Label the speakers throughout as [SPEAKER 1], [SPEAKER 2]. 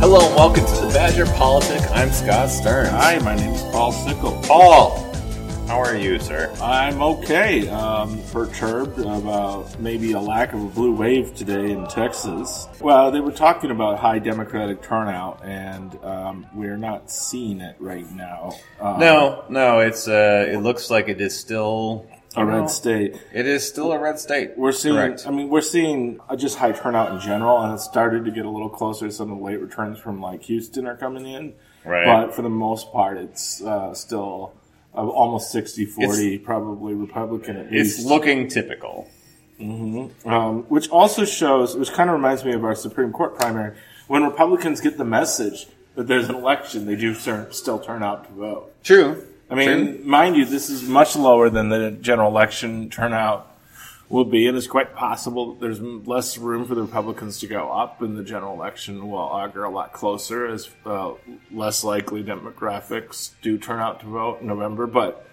[SPEAKER 1] Hello and welcome to the Badger Politic. I'm Scott Stern.
[SPEAKER 2] Hi, my name is Paul Sickle.
[SPEAKER 1] Paul. How are you, sir?
[SPEAKER 2] I'm okay. Um, perturbed about maybe a lack of a blue wave today in Texas. Well, they were talking about high Democratic turnout, and um, we're not seeing it right now. Uh,
[SPEAKER 1] No, no. It's uh, it looks like it is still
[SPEAKER 2] a red
[SPEAKER 1] no.
[SPEAKER 2] state.
[SPEAKER 1] it is still a red state.
[SPEAKER 2] We're seeing.
[SPEAKER 1] Correct.
[SPEAKER 2] I mean, we're seeing uh, just high turnout in general, and it started to get a little closer. to Some of the late returns from like Houston are coming in,
[SPEAKER 1] Right.
[SPEAKER 2] but for the most part, it's uh, still. uh almost 60-40, probably Republican at least.
[SPEAKER 1] It's looking typical.
[SPEAKER 2] um, which also shows, which kind of reminds me of our Supreme Court primary. When Republicans get the message that there's an election, they do ser- still turn out to vote.
[SPEAKER 1] True.
[SPEAKER 2] I mean, mind you, this is much lower than the general election turnout will be, and it's quite possible that there's m- less room for the Republicans to go up, and the general election will augur a lot closer as uh, less likely demographics do turn out to vote in November. But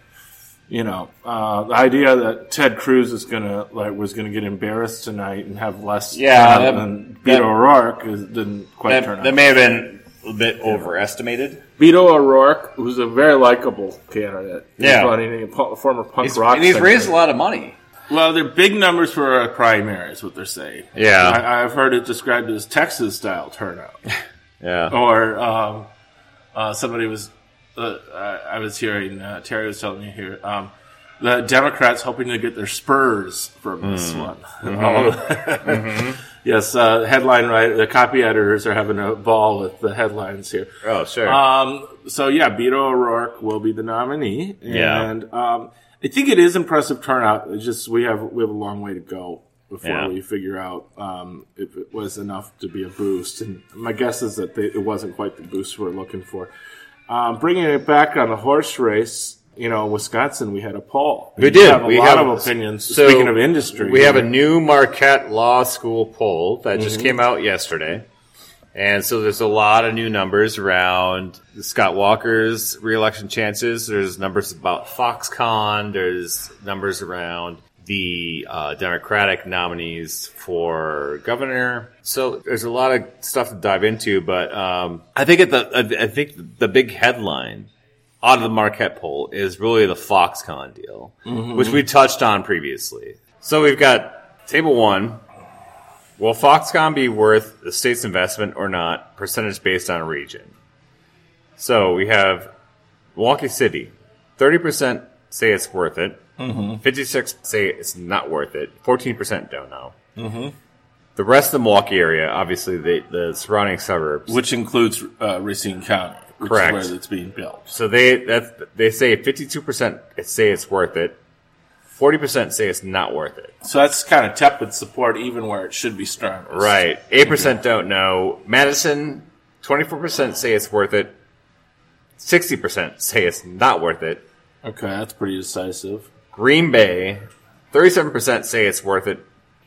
[SPEAKER 2] you know, uh, the idea that Ted Cruz is gonna like was gonna get embarrassed tonight and have less
[SPEAKER 1] Yeah,
[SPEAKER 2] turnout
[SPEAKER 1] that-
[SPEAKER 2] than Beto
[SPEAKER 1] that-
[SPEAKER 2] O'Rourke is, didn't quite turn
[SPEAKER 1] that,
[SPEAKER 2] out.
[SPEAKER 1] that may have been a bit overestimated.
[SPEAKER 2] Beto O'Rourke, who's a very likable candidate. He's
[SPEAKER 1] Yeah.
[SPEAKER 2] running a pu- former punk
[SPEAKER 1] He's-
[SPEAKER 2] rock.
[SPEAKER 1] and he's
[SPEAKER 2] singer.
[SPEAKER 1] raised a lot of money.
[SPEAKER 2] Well, they're big numbers for a primary, is what they're saying.
[SPEAKER 1] Yeah.
[SPEAKER 2] I, I've heard it described as Texas style turnout,
[SPEAKER 1] Yeah.
[SPEAKER 2] or um, uh, somebody was. Uh, I I was hearing uh, Terry was telling me here um, the Democrats hoping to get their spurs from this
[SPEAKER 1] Hmm.
[SPEAKER 2] one.
[SPEAKER 1] Oh. Mm-hmm.
[SPEAKER 2] yes, uh, headline right. The copy editors are having a ball with the headlines here.
[SPEAKER 1] Oh, sure.
[SPEAKER 2] Um, so yeah, Beto O'Rourke will be the nominee,
[SPEAKER 1] Yeah.
[SPEAKER 2] and um, I think it is impressive turnout. It's just we have we have a long way to go before
[SPEAKER 1] Yeah.
[SPEAKER 2] we figure out um, if it was enough to be a boost. And my guess is that they, it wasn't quite the boost we're looking for. Um, bringing it back on the horse race, you know, Wisconsin, we had a poll.
[SPEAKER 3] We did.
[SPEAKER 2] Have a
[SPEAKER 3] We
[SPEAKER 2] lot
[SPEAKER 3] have-
[SPEAKER 2] of opinions.
[SPEAKER 3] so,
[SPEAKER 2] Speaking of industry,
[SPEAKER 3] We have a new Marquette Law School poll that just
[SPEAKER 2] Mm-hmm.
[SPEAKER 3] came out yesterday. And so there's a lot of new numbers around Scott Walker's reelection chances. There's numbers about Foxconn. There's numbers around the uh, Democratic nominees for governor. So there's a lot of stuff to dive into. But um, I think at the I I think the big headline out of the Marquette poll is really the Foxconn deal, which we touched on previously. So we've got table one. Will Foxconn be worth the state's investment or not? Percentage based on region. So we have Milwaukee City. 30% say it's worth it. 56 say it's not worth it. 14% don't know. Mm-hmm. The rest of the Milwaukee area, obviously the, the surrounding suburbs.
[SPEAKER 2] which includes uh, Racine County, which
[SPEAKER 3] Correct.
[SPEAKER 2] is where it's being built.
[SPEAKER 3] So they that's they say fifty two percent say it's worth it, forty percent say it's not worth it.
[SPEAKER 2] So that's kind of tepid support, even where it should be stronger.
[SPEAKER 3] Right, eight percent don't know. Madison, twenty four percent say it's worth it, sixty percent say it's not worth it.
[SPEAKER 2] Okay, that's pretty decisive.
[SPEAKER 3] Green Bay, thirty seven percent say it's worth it,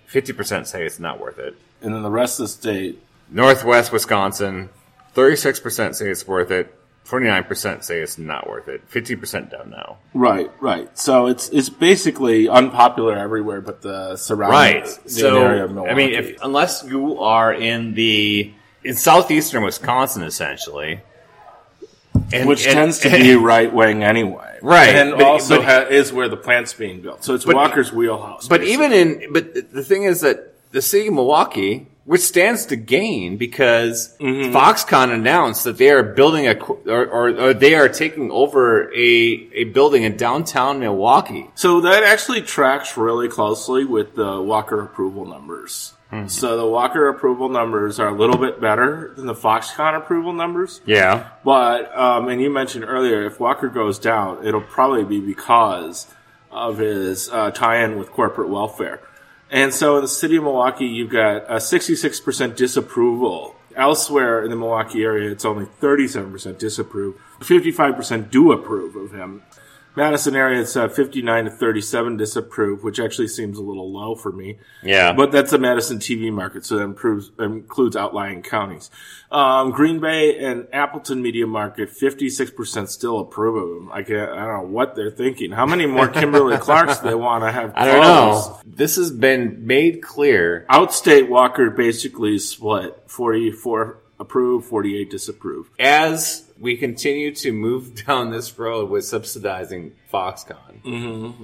[SPEAKER 3] fifty percent say it's not worth it.
[SPEAKER 2] And then the rest of the state,
[SPEAKER 3] Northwest Wisconsin, 36% say it's worth it, 49% say it's not worth it, 50% don't know.
[SPEAKER 2] right, right. So it's it's basically unpopular everywhere, but the surrounding
[SPEAKER 3] right.
[SPEAKER 2] Uh, the
[SPEAKER 3] so
[SPEAKER 2] area of Milwaukee.
[SPEAKER 3] I mean, if, unless you are in the in southeastern Wisconsin, essentially, and-
[SPEAKER 2] which
[SPEAKER 3] and-
[SPEAKER 2] tends to be right wing anyway,
[SPEAKER 3] Right,
[SPEAKER 2] And
[SPEAKER 3] but-
[SPEAKER 2] also
[SPEAKER 3] but-
[SPEAKER 2] ha- is where the plant's being built. So it's Walker's wheelhouse.
[SPEAKER 3] But
[SPEAKER 2] basically.
[SPEAKER 3] even in but the thing is that the city of Milwaukee, which stands to gain because
[SPEAKER 2] Mm-hmm.
[SPEAKER 3] Foxconn announced that they are building a qu- or, or, or they are taking over a a building in downtown Milwaukee.
[SPEAKER 2] So that actually tracks really closely with the Walker approval numbers.
[SPEAKER 3] Mm-hmm.
[SPEAKER 2] So the Walker approval numbers are a little bit better than the Foxconn approval numbers.
[SPEAKER 3] Yeah.
[SPEAKER 2] But um, and you mentioned earlier, if Walker goes down, it'll probably be because of his uh, tie-in with corporate welfare. And so in the city of Milwaukee, you've got a 66% disapproval. Elsewhere in the Milwaukee area, it's only 37% disapprove. 55% do approve of him. Madison area, it's uh, 59 to 37 disapprove, which actually seems a little low for me.
[SPEAKER 3] Yeah.
[SPEAKER 2] But that's a Madison TV market, so that improves, includes outlying counties. Um, Green Bay and Appleton media market, 56% still approve of them. I, can, I don't know what they're thinking. How many more Kimberly Clarks they want to have?
[SPEAKER 3] I don't
[SPEAKER 2] closed?
[SPEAKER 3] know. This has been made clear
[SPEAKER 2] Outstate Walker basically split 44% approve, 48 disapprove.
[SPEAKER 3] As we continue to move down this road with subsidizing Foxconn,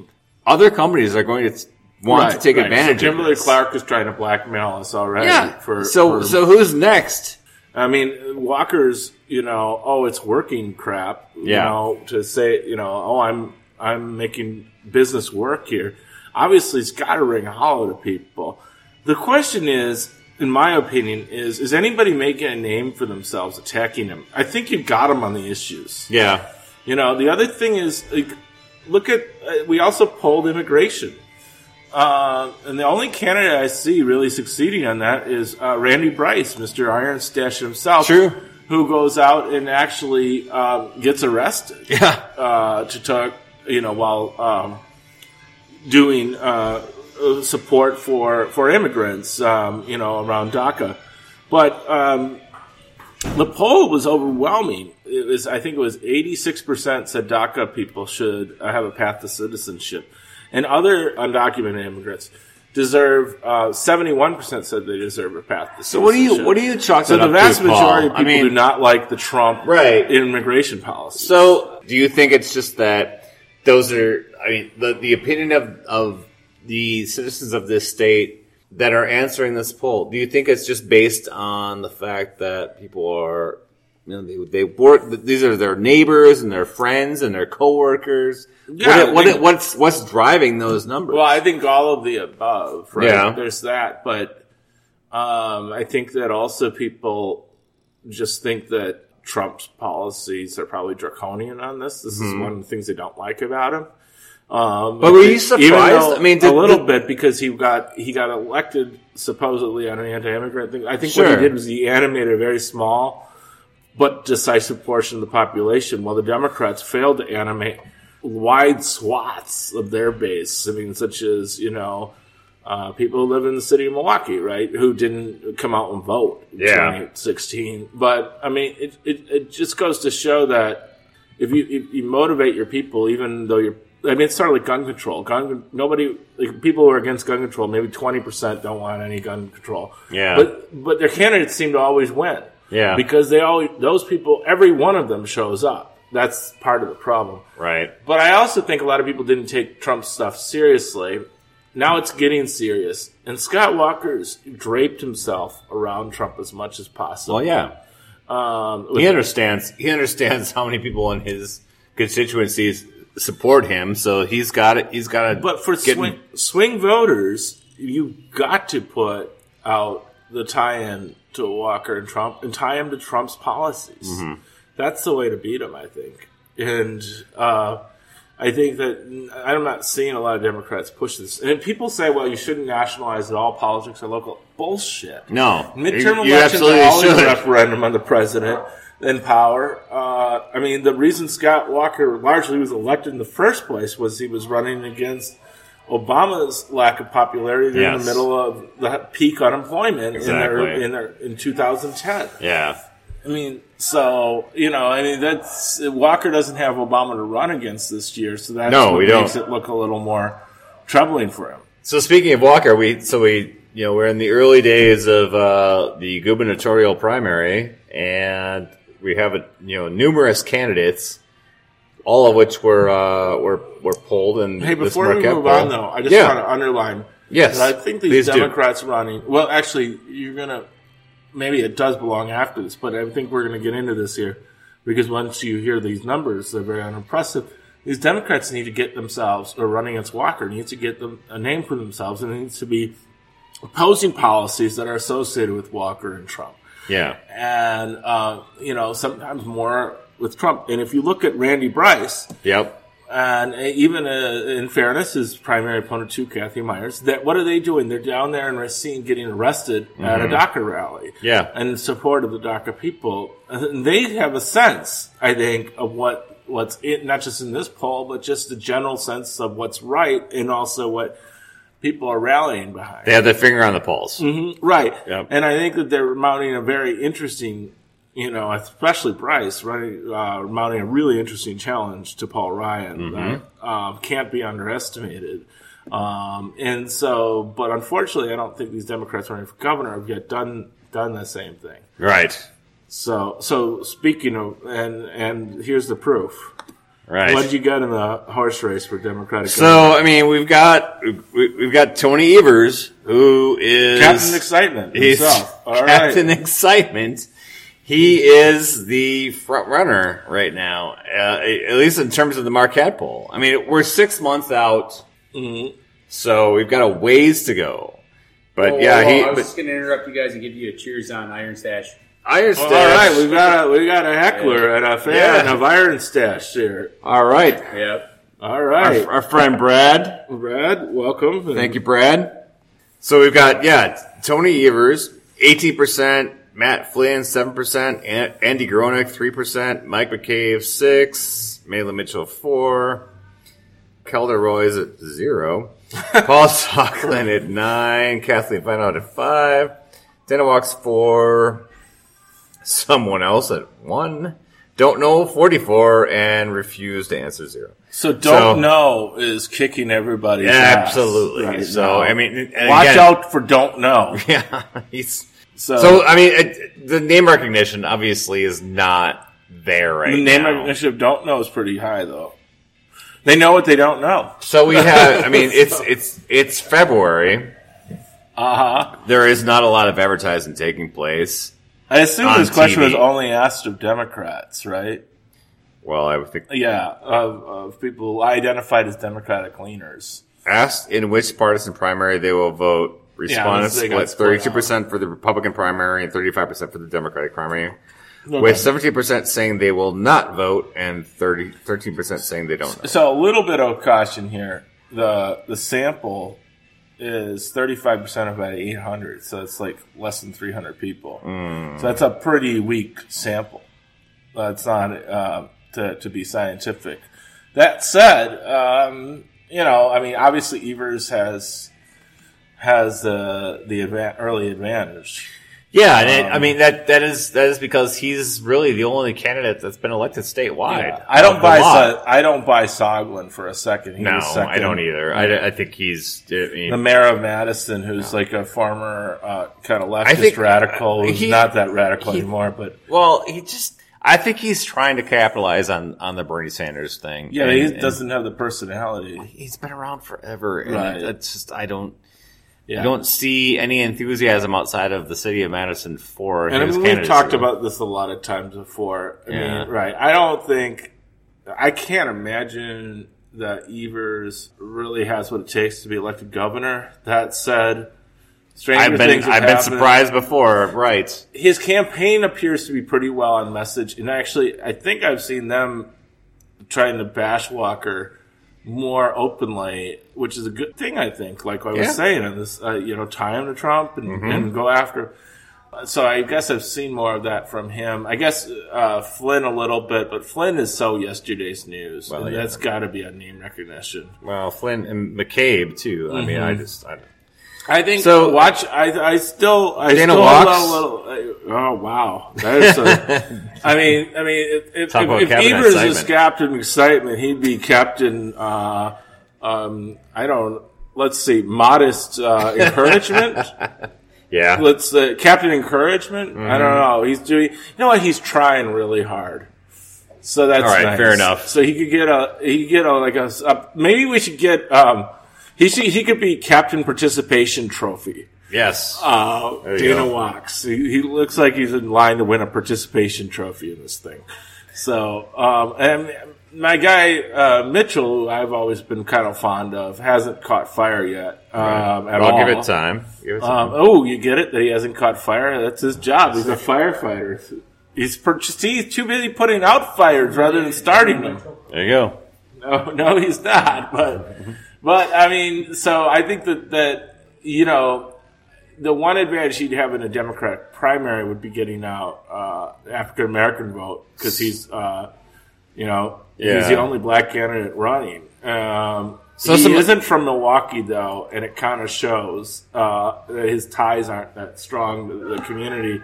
[SPEAKER 3] other companies are going to t- want to take advantage
[SPEAKER 2] Mm-hmm. so
[SPEAKER 3] of
[SPEAKER 2] Kimberly
[SPEAKER 3] this.
[SPEAKER 2] Clark is trying to blackmail us already.
[SPEAKER 3] Yeah.
[SPEAKER 2] For,
[SPEAKER 3] so,
[SPEAKER 2] for-
[SPEAKER 3] so who's next?
[SPEAKER 2] I mean, Walker's, you know, oh, it's working crap. You
[SPEAKER 3] Yeah.
[SPEAKER 2] know, to say, you know, oh, I'm, I'm making business work here. Obviously, it's got to ring hollow to people. The question is, in my opinion, is is anybody making a name for themselves attacking him? I think you got him on the issues.
[SPEAKER 3] Yeah.
[SPEAKER 2] You know, the other thing is, like, look at uh, we also polled immigration, uh, and the only candidate I see really succeeding on that is uh, Randy Bryce, Mister Iron Stash himself,
[SPEAKER 3] True.
[SPEAKER 2] who goes out and actually um, gets arrested
[SPEAKER 3] Yeah.
[SPEAKER 2] uh, to talk, you know, while um, doing uh, uh, support for for immigrants, um, you know, around DACA. But um, the poll was overwhelming. It was, I think, it was eighty six percent said DACA people should uh, have a path to citizenship, and other undocumented immigrants deserve seventy one percent said they deserve a path to
[SPEAKER 3] So what do you what do you chalk
[SPEAKER 2] So
[SPEAKER 3] that
[SPEAKER 2] the
[SPEAKER 3] up
[SPEAKER 2] vast
[SPEAKER 3] to, Paul?
[SPEAKER 2] majority of people
[SPEAKER 3] I mean,
[SPEAKER 2] do not like the Trump
[SPEAKER 3] Right.
[SPEAKER 2] immigration policy.
[SPEAKER 3] So, do you think it's just that those are? I mean, the the opinion of of the citizens of this state that are answering this poll. Do you think it's just based on the fact that people are, you know, they, they work. These are their neighbors and their friends and their coworkers.
[SPEAKER 2] Yeah,
[SPEAKER 3] what, what,
[SPEAKER 2] they-
[SPEAKER 3] what's what's driving those numbers?
[SPEAKER 2] Well, I think all of the above, right?
[SPEAKER 3] Yeah.
[SPEAKER 2] There's that, but um, I think that also people just think that Trump's policies are probably draconian on this. This is one of the things they don't like about him. Um,
[SPEAKER 3] Mm-hmm. But were you
[SPEAKER 2] even
[SPEAKER 3] surprised?
[SPEAKER 2] though-
[SPEAKER 3] I mean, did-
[SPEAKER 2] a little
[SPEAKER 3] did-
[SPEAKER 2] bit because he got he got elected supposedly on an anti-immigrant thing. I think what
[SPEAKER 3] Sure.
[SPEAKER 2] he did was he animated a very small but decisive portion of the population, while the Democrats failed to animate wide swaths of their base. I mean, such as, you know, uh, people who live in the city of Milwaukee, right, who didn't come out and vote in
[SPEAKER 3] Yeah.
[SPEAKER 2] 2016. But, I mean, it, it, it just goes to show that if you, if you motivate your people, even though you're I mean, it's sort of like gun control. Gun, nobody, like people who are against gun control, maybe twenty percent don't want any gun control.
[SPEAKER 3] Yeah.
[SPEAKER 2] but but their candidates seem to always win.
[SPEAKER 3] Yeah.
[SPEAKER 2] Because they always those people every one of them shows up. That's part of the problem.
[SPEAKER 3] right.
[SPEAKER 2] But I also think a lot of people didn't take Trump's stuff seriously. Now it's getting serious. And Scott Walker's draped himself around Trump as much as possible.
[SPEAKER 3] Well, yeah.
[SPEAKER 2] Um,
[SPEAKER 3] He
[SPEAKER 2] with-
[SPEAKER 3] understands. He understands how many people in his constituencies support him. So he's got it. He's got to.
[SPEAKER 2] but for
[SPEAKER 3] get in-
[SPEAKER 2] swing, swing voters, you got to put out the tie-in to Walker and Trump and tie him to Trump's policies.
[SPEAKER 3] Mm-hmm.
[SPEAKER 2] That's the way to beat him, I think. And uh, I think that I'm not seeing a lot of Democrats push this. And people say, "Well, you shouldn't nationalize at all. Politics are local." Bullshit.
[SPEAKER 3] No.
[SPEAKER 2] Midterm
[SPEAKER 3] You- you
[SPEAKER 2] elections
[SPEAKER 3] absolutely
[SPEAKER 2] are always
[SPEAKER 3] should.
[SPEAKER 2] a referendum on the president in power. Uh, I mean, the reason Scott Walker largely was elected in the first place was he was running against Obama's lack of popularity in
[SPEAKER 3] Yes.
[SPEAKER 2] the middle of the peak unemployment
[SPEAKER 3] Exactly.
[SPEAKER 2] in, their, in, their, in 2010.
[SPEAKER 3] Yeah.
[SPEAKER 2] I mean, so you know, I mean, that's Walker doesn't have Obama to run against this year, so that's
[SPEAKER 3] No,
[SPEAKER 2] what
[SPEAKER 3] we
[SPEAKER 2] makes
[SPEAKER 3] don't.
[SPEAKER 2] it look a little more troubling for him.
[SPEAKER 3] So speaking of Walker, we so we you know we're in the early days of uh, the gubernatorial primary, and we have a, you know numerous candidates, all of which were uh, were were polled. And
[SPEAKER 2] Hey,
[SPEAKER 3] this
[SPEAKER 2] before we
[SPEAKER 3] Marquette
[SPEAKER 2] move
[SPEAKER 3] poll-
[SPEAKER 2] on, though, I just
[SPEAKER 3] yeah,
[SPEAKER 2] want to underline
[SPEAKER 3] yes,
[SPEAKER 2] And I think these
[SPEAKER 3] please do.
[SPEAKER 2] Democrats running. Well, actually, you're gonna maybe it does belong after this, but I think we're gonna get into this here because once you hear these numbers, they're very unimpressive. These Democrats need to get themselves, or running against Walker needs to get them a name for themselves, and it needs to be opposing policies that are associated with Walker and Trump
[SPEAKER 3] yeah,
[SPEAKER 2] and uh, you know sometimes more with Trump. And if you look at Randy Bryce,
[SPEAKER 3] yep,
[SPEAKER 2] and even uh, in fairness, his primary opponent too, Kathy Myers. That what are they doing? They're down there in Racine getting arrested at a DACA rally,
[SPEAKER 3] Yeah.
[SPEAKER 2] and in support of the DACA people. And they have a sense, I think, of what what's in, not just in this poll, but just the general sense of what's right and also what people are rallying behind.
[SPEAKER 3] they have their finger on the pulse.
[SPEAKER 2] Mm-hmm. Right.
[SPEAKER 3] Yep.
[SPEAKER 2] And I think that they're mounting a very interesting, you know, especially Bryce, running, uh, mounting a really interesting challenge to Paul Ryan
[SPEAKER 3] Mm-hmm.
[SPEAKER 2] that um, can't be underestimated. Um, and so, but unfortunately, I don't think these Democrats running for governor have yet done done the same thing.
[SPEAKER 3] Right.
[SPEAKER 2] So, so speaking of, and and here's the proof.
[SPEAKER 3] Right.
[SPEAKER 2] What did you get in the horse race for Democratic?
[SPEAKER 3] so I mean, we've got we, we've got Tony Evers, who is
[SPEAKER 2] Captain Excitement
[SPEAKER 3] He's
[SPEAKER 2] himself. All right.
[SPEAKER 3] Captain Excitement. He is the front runner right now, uh, at least in terms of the Marquette poll. I mean, we're six months out,
[SPEAKER 2] Mm-hmm.
[SPEAKER 3] so we've got a ways to go. But
[SPEAKER 2] Oh,
[SPEAKER 4] Whoa,
[SPEAKER 3] yeah,
[SPEAKER 4] whoa,
[SPEAKER 3] he.
[SPEAKER 4] Oh, I was
[SPEAKER 3] But
[SPEAKER 4] just going to interrupt you guys and give you a cheers on Iron Stash.
[SPEAKER 3] I
[SPEAKER 2] All
[SPEAKER 3] understand.
[SPEAKER 2] right, we've got a we got a heckler and a fan
[SPEAKER 3] Yeah.
[SPEAKER 2] of Iron Stash here.
[SPEAKER 3] All right.
[SPEAKER 4] Yep.
[SPEAKER 2] All right,
[SPEAKER 3] Our, our friend Brad.
[SPEAKER 2] Brad, welcome.
[SPEAKER 3] Thank you, Brad. So we've got yeah, Tony Evers, eighteen percent, Matt Flynn seven percent, Andy Gronick three percent, Mike McCabe six, Malin Mitchell four, Calder Roy is at zero, Paul Socklin at nine, Kathleen Feinot at five, Dana Walks four, someone else at one, don't know forty four, and refuse to answer zero.
[SPEAKER 2] So don't
[SPEAKER 3] So-
[SPEAKER 2] know is kicking everybody's ass
[SPEAKER 3] Absolutely.
[SPEAKER 2] right
[SPEAKER 3] so
[SPEAKER 2] now.
[SPEAKER 3] I mean, and
[SPEAKER 2] watch
[SPEAKER 3] again-
[SPEAKER 2] out for don't know.
[SPEAKER 3] Yeah, he's
[SPEAKER 2] So,
[SPEAKER 3] So I mean, it, the name recognition obviously is not there right
[SPEAKER 2] the name
[SPEAKER 3] now.
[SPEAKER 2] recognition of don't know is pretty high though. They know what they don't know.
[SPEAKER 3] So we have. I mean, it's it's it's February.
[SPEAKER 2] Uh huh.
[SPEAKER 3] There is not a lot of advertising taking place.
[SPEAKER 2] I assume
[SPEAKER 3] On
[SPEAKER 2] this question
[SPEAKER 3] TV.
[SPEAKER 2] was only asked of Democrats, right?
[SPEAKER 3] Well, I would think
[SPEAKER 2] Yeah, of, of people identified as Democratic leaners.
[SPEAKER 3] asked in which partisan primary they will vote. Response
[SPEAKER 2] Yeah, they got
[SPEAKER 3] was
[SPEAKER 2] split
[SPEAKER 3] thirty-two percent for the Republican primary and thirty-five percent for the Democratic primary, with
[SPEAKER 2] Okay.
[SPEAKER 3] seventeen percent saying they will not vote and 30, 13 percent saying they don't. Know.
[SPEAKER 2] So a little bit of caution here. The the sample is thirty five percent of about eight hundred, so it's like less than three hundred people.
[SPEAKER 3] Mm.
[SPEAKER 2] So that's a pretty weak sample. That's not uh, to to be scientific. That said, um, you know, I mean, obviously Evers has has the the advan early advantage.
[SPEAKER 3] Yeah, and
[SPEAKER 2] Um,
[SPEAKER 3] it, I mean that that is that is because he's really the only candidate that's been elected statewide.
[SPEAKER 2] I don't
[SPEAKER 3] Of the
[SPEAKER 2] buy
[SPEAKER 3] lot.
[SPEAKER 2] so- I don't buy Soglin for a second. He
[SPEAKER 3] No,
[SPEAKER 2] was second. Um,
[SPEAKER 3] I don't either. I, I think he's. I mean,
[SPEAKER 2] the mayor of Madison, who's like a former uh, kind of leftist
[SPEAKER 3] I think-
[SPEAKER 2] radical, who's
[SPEAKER 3] he-
[SPEAKER 2] not that radical
[SPEAKER 3] he-
[SPEAKER 2] anymore, but
[SPEAKER 3] well, he just. I think he's trying to capitalize on on the Bernie Sanders thing.
[SPEAKER 2] yeah,
[SPEAKER 3] And-
[SPEAKER 2] he
[SPEAKER 3] and
[SPEAKER 2] doesn't have the personality.
[SPEAKER 3] He's been around forever, and
[SPEAKER 2] Right.
[SPEAKER 3] that's just I don't.
[SPEAKER 2] Yeah.
[SPEAKER 3] I don't see any enthusiasm outside of the city of Madison for
[SPEAKER 2] and I
[SPEAKER 3] his
[SPEAKER 2] mean, we've
[SPEAKER 3] candidacy.
[SPEAKER 2] talked about this a lot of times before. I
[SPEAKER 3] Yeah.
[SPEAKER 2] mean, right? I don't think I can't imagine that Evers really has what it takes to be elected governor. That said, stranger
[SPEAKER 3] I've been
[SPEAKER 2] things have
[SPEAKER 3] I've been
[SPEAKER 2] happened.
[SPEAKER 3] surprised before, right?
[SPEAKER 2] his campaign appears to be pretty well on message, and actually, I think I've seen them trying to bash Walker more openly, which is a good thing, I think. Like I was
[SPEAKER 3] Yeah. Mm-hmm.
[SPEAKER 2] saying, in this, uh, you know, tie him to Trump and, and go after. So I guess I've seen more of that from him. I guess uh, Flynn a little bit, but Flynn is so yesterday's news, and
[SPEAKER 3] yeah.
[SPEAKER 2] that's got to be a name recognition.
[SPEAKER 3] Well, Flynn and McCabe too. I mean, I
[SPEAKER 2] Mm-hmm.
[SPEAKER 3] just I don't.
[SPEAKER 2] I think
[SPEAKER 3] So-
[SPEAKER 2] so. Watch, I, I still, I
[SPEAKER 3] Dana
[SPEAKER 2] still
[SPEAKER 3] walks?
[SPEAKER 2] allow a little. I- oh wow, that is. A, I mean, I mean, if, if,
[SPEAKER 3] Talk about
[SPEAKER 2] if, if
[SPEAKER 3] Captain
[SPEAKER 2] Evers is
[SPEAKER 3] Excitement.
[SPEAKER 2] Captain Excitement, he'd be Captain. Uh, um, I don't. Let's see, modest uh, encouragement.
[SPEAKER 3] Yeah,
[SPEAKER 2] let's uh, Captain Encouragement. I don't
[SPEAKER 3] Mm-hmm.
[SPEAKER 2] know. He's doing. You know what? He's trying really hard. So that's
[SPEAKER 3] All right,
[SPEAKER 2] nice.
[SPEAKER 3] fair enough.
[SPEAKER 2] So he could get a he could get a like a s- a- maybe we should get um he should, he could be Captain Participation Trophy.
[SPEAKER 3] yes.
[SPEAKER 2] Uh,
[SPEAKER 3] you
[SPEAKER 2] Dana
[SPEAKER 3] go.
[SPEAKER 2] walks. He, he looks like he's in line to win a participation trophy in this thing. So, um, and my guy uh, Mitchell, who I've always been kind of fond of, hasn't caught fire yet um, at
[SPEAKER 3] I'll
[SPEAKER 2] all.
[SPEAKER 3] give it time. Give it time.
[SPEAKER 2] Um, oh, you get it that he hasn't caught fire. That's his job. He's a firefighter. He's per- he's too busy putting out fires rather than starting them.
[SPEAKER 3] there you go.
[SPEAKER 2] No, no, he's not. But but I mean, so I think that that you know the one advantage he'd have in a Democratic primary would be getting out uh, African American vote because he's uh, you know he's
[SPEAKER 3] Yeah.
[SPEAKER 2] the only black candidate running. Um,
[SPEAKER 3] So
[SPEAKER 2] he
[SPEAKER 3] some-
[SPEAKER 2] isn't from Milwaukee though, and it kind of shows uh, that his ties aren't that strong to the community.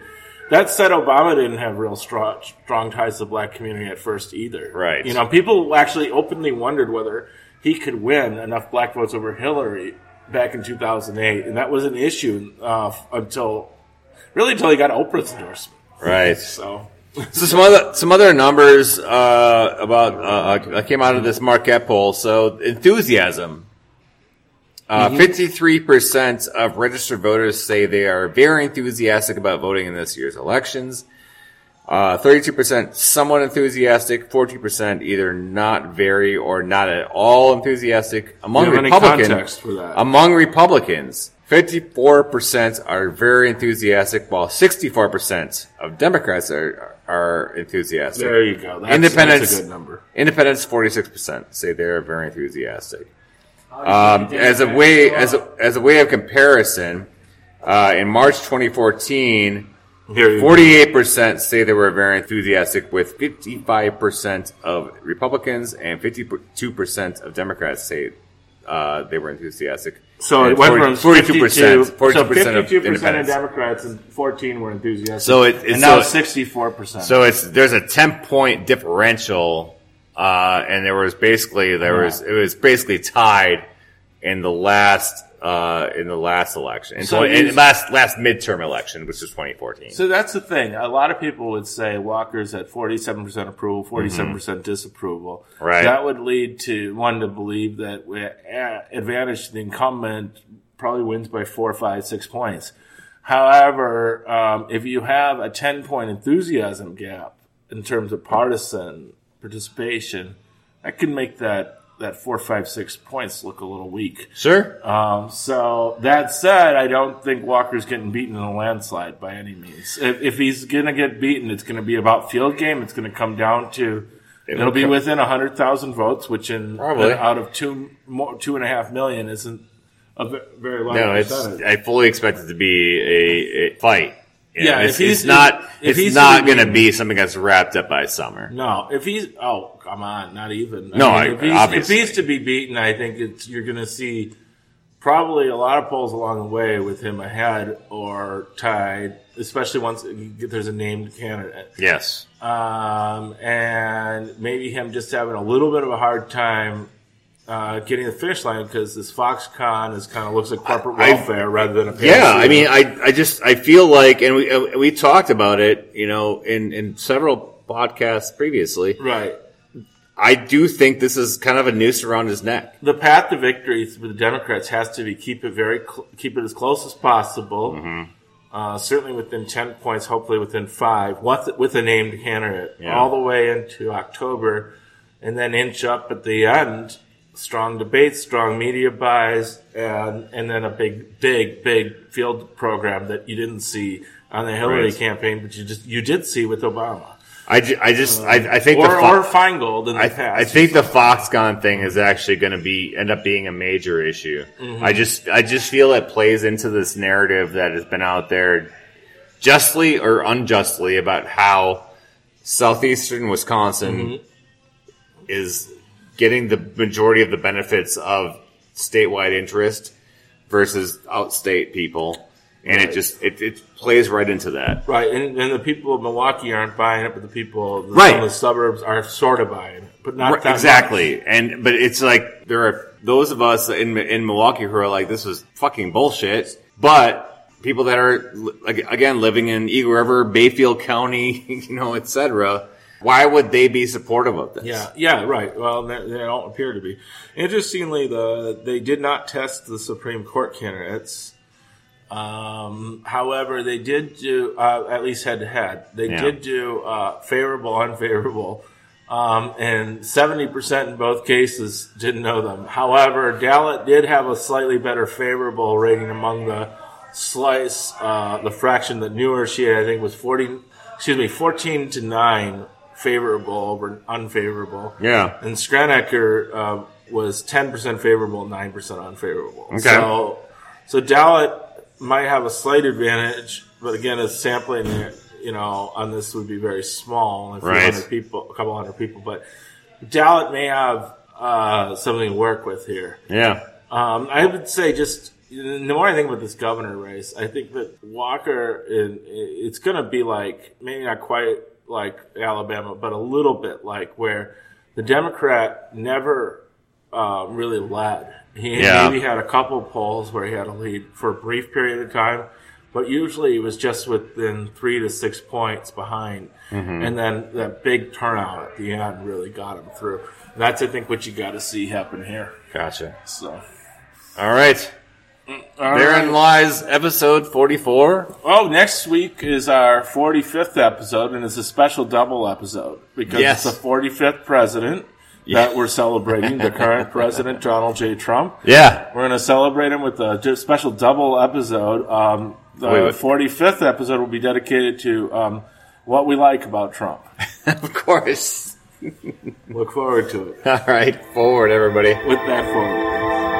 [SPEAKER 2] That said, Obama didn't have real strong, strong ties to the black community at first either.
[SPEAKER 3] Right.
[SPEAKER 2] You know, people actually openly wondered whether he could win enough black votes over Hillary back in 2008, and that was an issue uh, until really until he got Oprah's endorsement.
[SPEAKER 3] Right.
[SPEAKER 2] So
[SPEAKER 3] So some other some other numbers uh, about uh, uh, came out of this Marquette poll. So enthusiasm. Uh,
[SPEAKER 2] Mm-hmm.
[SPEAKER 3] Fifty-three percent of registered voters say they are very enthusiastic about voting in this year's elections. Uh, Thirty-two percent somewhat enthusiastic. Forty percent either not very or not at all enthusiastic among
[SPEAKER 2] Do you have any
[SPEAKER 3] Republicans.
[SPEAKER 2] context for that?
[SPEAKER 3] Among Republicans, fifty-four percent are very enthusiastic, while sixty-four percent of Democrats are are enthusiastic.
[SPEAKER 2] there you go. That's,
[SPEAKER 3] Independence.
[SPEAKER 2] that's a good number.
[SPEAKER 3] Independents, forty-six percent say they are very enthusiastic. Um, as a way as a, as a way of comparison, uh, in March 2014,
[SPEAKER 2] Here you go.
[SPEAKER 3] 48% say they were very enthusiastic, with 55% of Republicans and 52% of Democrats say uh, they were enthusiastic.
[SPEAKER 2] So
[SPEAKER 3] And
[SPEAKER 2] it went from
[SPEAKER 3] 42%,
[SPEAKER 2] 52 so
[SPEAKER 3] 42% of
[SPEAKER 2] 52 percent of
[SPEAKER 3] independents.
[SPEAKER 2] Democrats and 14 were enthusiastic.
[SPEAKER 3] So it- it's
[SPEAKER 2] and now
[SPEAKER 3] so-
[SPEAKER 2] 64 percent.
[SPEAKER 3] So it's there's a 10 point differential, uh, and there was basically there was it was basically tied in the last uh, in the last election, in,
[SPEAKER 2] So
[SPEAKER 3] twen- in
[SPEAKER 2] these-
[SPEAKER 3] last last midterm election, which was 2014.
[SPEAKER 2] So that's the thing. A lot of people would say Walker's at 47% approval, 47% percent disapproval.
[SPEAKER 3] Right.
[SPEAKER 2] That would lead to one to believe that we eh, advantage the incumbent probably wins by four, five, six points. However, um, if you have a 10 point enthusiasm gap in terms of partisan participation, that can make that, that four, five, six points look a little weak.
[SPEAKER 3] sure,
[SPEAKER 2] Um, so that said, I don't think Walker's getting beaten in a landslide by any means. If, if he's going to get beaten, it's going to be about field game. It's going to come down to it'll, be
[SPEAKER 3] come-
[SPEAKER 2] within hundred thousand votes, which in uh,
[SPEAKER 3] Probably.
[SPEAKER 2] out of two more, two and a half million isn't a ve- very large
[SPEAKER 3] no, it's
[SPEAKER 2] percentage.
[SPEAKER 3] I fully expect it to be a, a fight. You know,
[SPEAKER 2] Yeah,
[SPEAKER 3] it's,
[SPEAKER 2] if he's-
[SPEAKER 3] it's not
[SPEAKER 2] if- if
[SPEAKER 3] it's
[SPEAKER 2] he's
[SPEAKER 3] not
[SPEAKER 2] gonna
[SPEAKER 3] going to be something that's wrapped up by summer.
[SPEAKER 2] no, if he's oh come on, not even.
[SPEAKER 3] No, I-
[SPEAKER 2] if he's,
[SPEAKER 3] obviously.
[SPEAKER 2] if he's to be beaten, I think it's you're going to see probably a lot of polls along the way with him ahead or tied, especially once you get- there's a named candidate.
[SPEAKER 3] Yes,
[SPEAKER 2] um, and maybe him just having a little bit of a hard time uh, getting the finish line because this Foxconn is kind of looks like corporate
[SPEAKER 3] I-
[SPEAKER 2] welfare rather than a
[SPEAKER 3] Yeah,
[SPEAKER 2] panacea.
[SPEAKER 3] I mean, I I just I feel like, and we uh, we talked about it, you know, in in several podcasts previously.
[SPEAKER 2] right.
[SPEAKER 3] I do think this is kind of a noose around his neck.
[SPEAKER 2] The path to victory for the Democrats has to be keep it very cl- keep it as close as possible.
[SPEAKER 3] Mm-hmm.
[SPEAKER 2] Uh, certainly within ten points, hopefully within five, with, with a named candidate,
[SPEAKER 3] Yeah.
[SPEAKER 2] all the way into October, and then inch up at the end. Strong debates, strong media buys, and and then a big, big, big field program that you didn't see on the Hillary
[SPEAKER 3] Right.
[SPEAKER 2] campaign, but you just you did see with Obama
[SPEAKER 3] I, ju- I just I, I think
[SPEAKER 2] or
[SPEAKER 3] the Fo-
[SPEAKER 2] or Feingold in the
[SPEAKER 3] I,
[SPEAKER 2] past.
[SPEAKER 3] I think the Foxconn thing is actually going to be end up being a major issue.
[SPEAKER 2] Mm-hmm.
[SPEAKER 3] I just I just feel it plays into this narrative that has been out there, justly or unjustly, about how southeastern Wisconsin
[SPEAKER 2] Mm-hmm.
[SPEAKER 3] is getting the majority of the benefits of statewide interest versus outstate people, and it just it, it plays right into that.
[SPEAKER 2] Right, and, and the people of Milwaukee aren't buying it, but the people of the,
[SPEAKER 3] Right.
[SPEAKER 2] of the suburbs are sort of buying it, but not
[SPEAKER 3] Right,
[SPEAKER 2] that
[SPEAKER 3] exactly. And but it's like there are those of us in in Milwaukee who are like, this is fucking bullshit. But people that are like again living in Eagle River, Bayfield County, you know, etc. Why would they be supportive of this?
[SPEAKER 2] Much. Yeah, yeah, right. Well, they, they don't appear to be. Interestingly, the they did not test the Supreme Court candidates. Um, however, they did do uh, at least head to head. They
[SPEAKER 3] Yeah.
[SPEAKER 2] did do uh, favorable, unfavorable, um, and seventy percent in both cases didn't know them. However, Dallet did have a slightly better favorable rating among the slice, uh, the fraction that knew her. She I think was forty, excuse me, fourteen to nine favorable over unfavorable.
[SPEAKER 3] Yeah.
[SPEAKER 2] And Stranecker uh, was 10% favorable, 9% unfavorable.
[SPEAKER 3] Okay.
[SPEAKER 2] So, so Dallet might have a slight advantage, but again, it's sampling, you know, on this would be very small, only a few
[SPEAKER 3] Right.
[SPEAKER 2] hundred people, a couple hundred people. But Dallet may have uh, something to work with here.
[SPEAKER 3] Yeah.
[SPEAKER 2] Um, I would say just the more I think about this governor race, I think that Walker, in, it's going to be like maybe not quite like Alabama, but a little bit like where the Democrat never um, really led. He
[SPEAKER 3] Yeah.
[SPEAKER 2] maybe had a couple polls where he had a lead for a brief period of time, but usually it was just within three to six points behind. And then that big turnout at the end really got him through. That's, I think, what you got to see happen here.
[SPEAKER 3] Gotcha.
[SPEAKER 2] So,
[SPEAKER 3] All right.
[SPEAKER 2] All
[SPEAKER 3] Therein
[SPEAKER 2] right.
[SPEAKER 3] lies episode 44.
[SPEAKER 2] Oh, next week is our 45th episode, and it's a special double episode because
[SPEAKER 3] Yes.
[SPEAKER 2] it's the 45th president that we're celebrating, the current president, Donald J. Trump.
[SPEAKER 3] Yeah.
[SPEAKER 2] We're going to celebrate him with a ju- special double episode. Um, the
[SPEAKER 3] Wait, wait.
[SPEAKER 2] 45th episode will be dedicated to um, what we like about Trump.
[SPEAKER 3] Of course.
[SPEAKER 2] Look forward to it.
[SPEAKER 3] All right. Forward, everybody.
[SPEAKER 2] With that forward.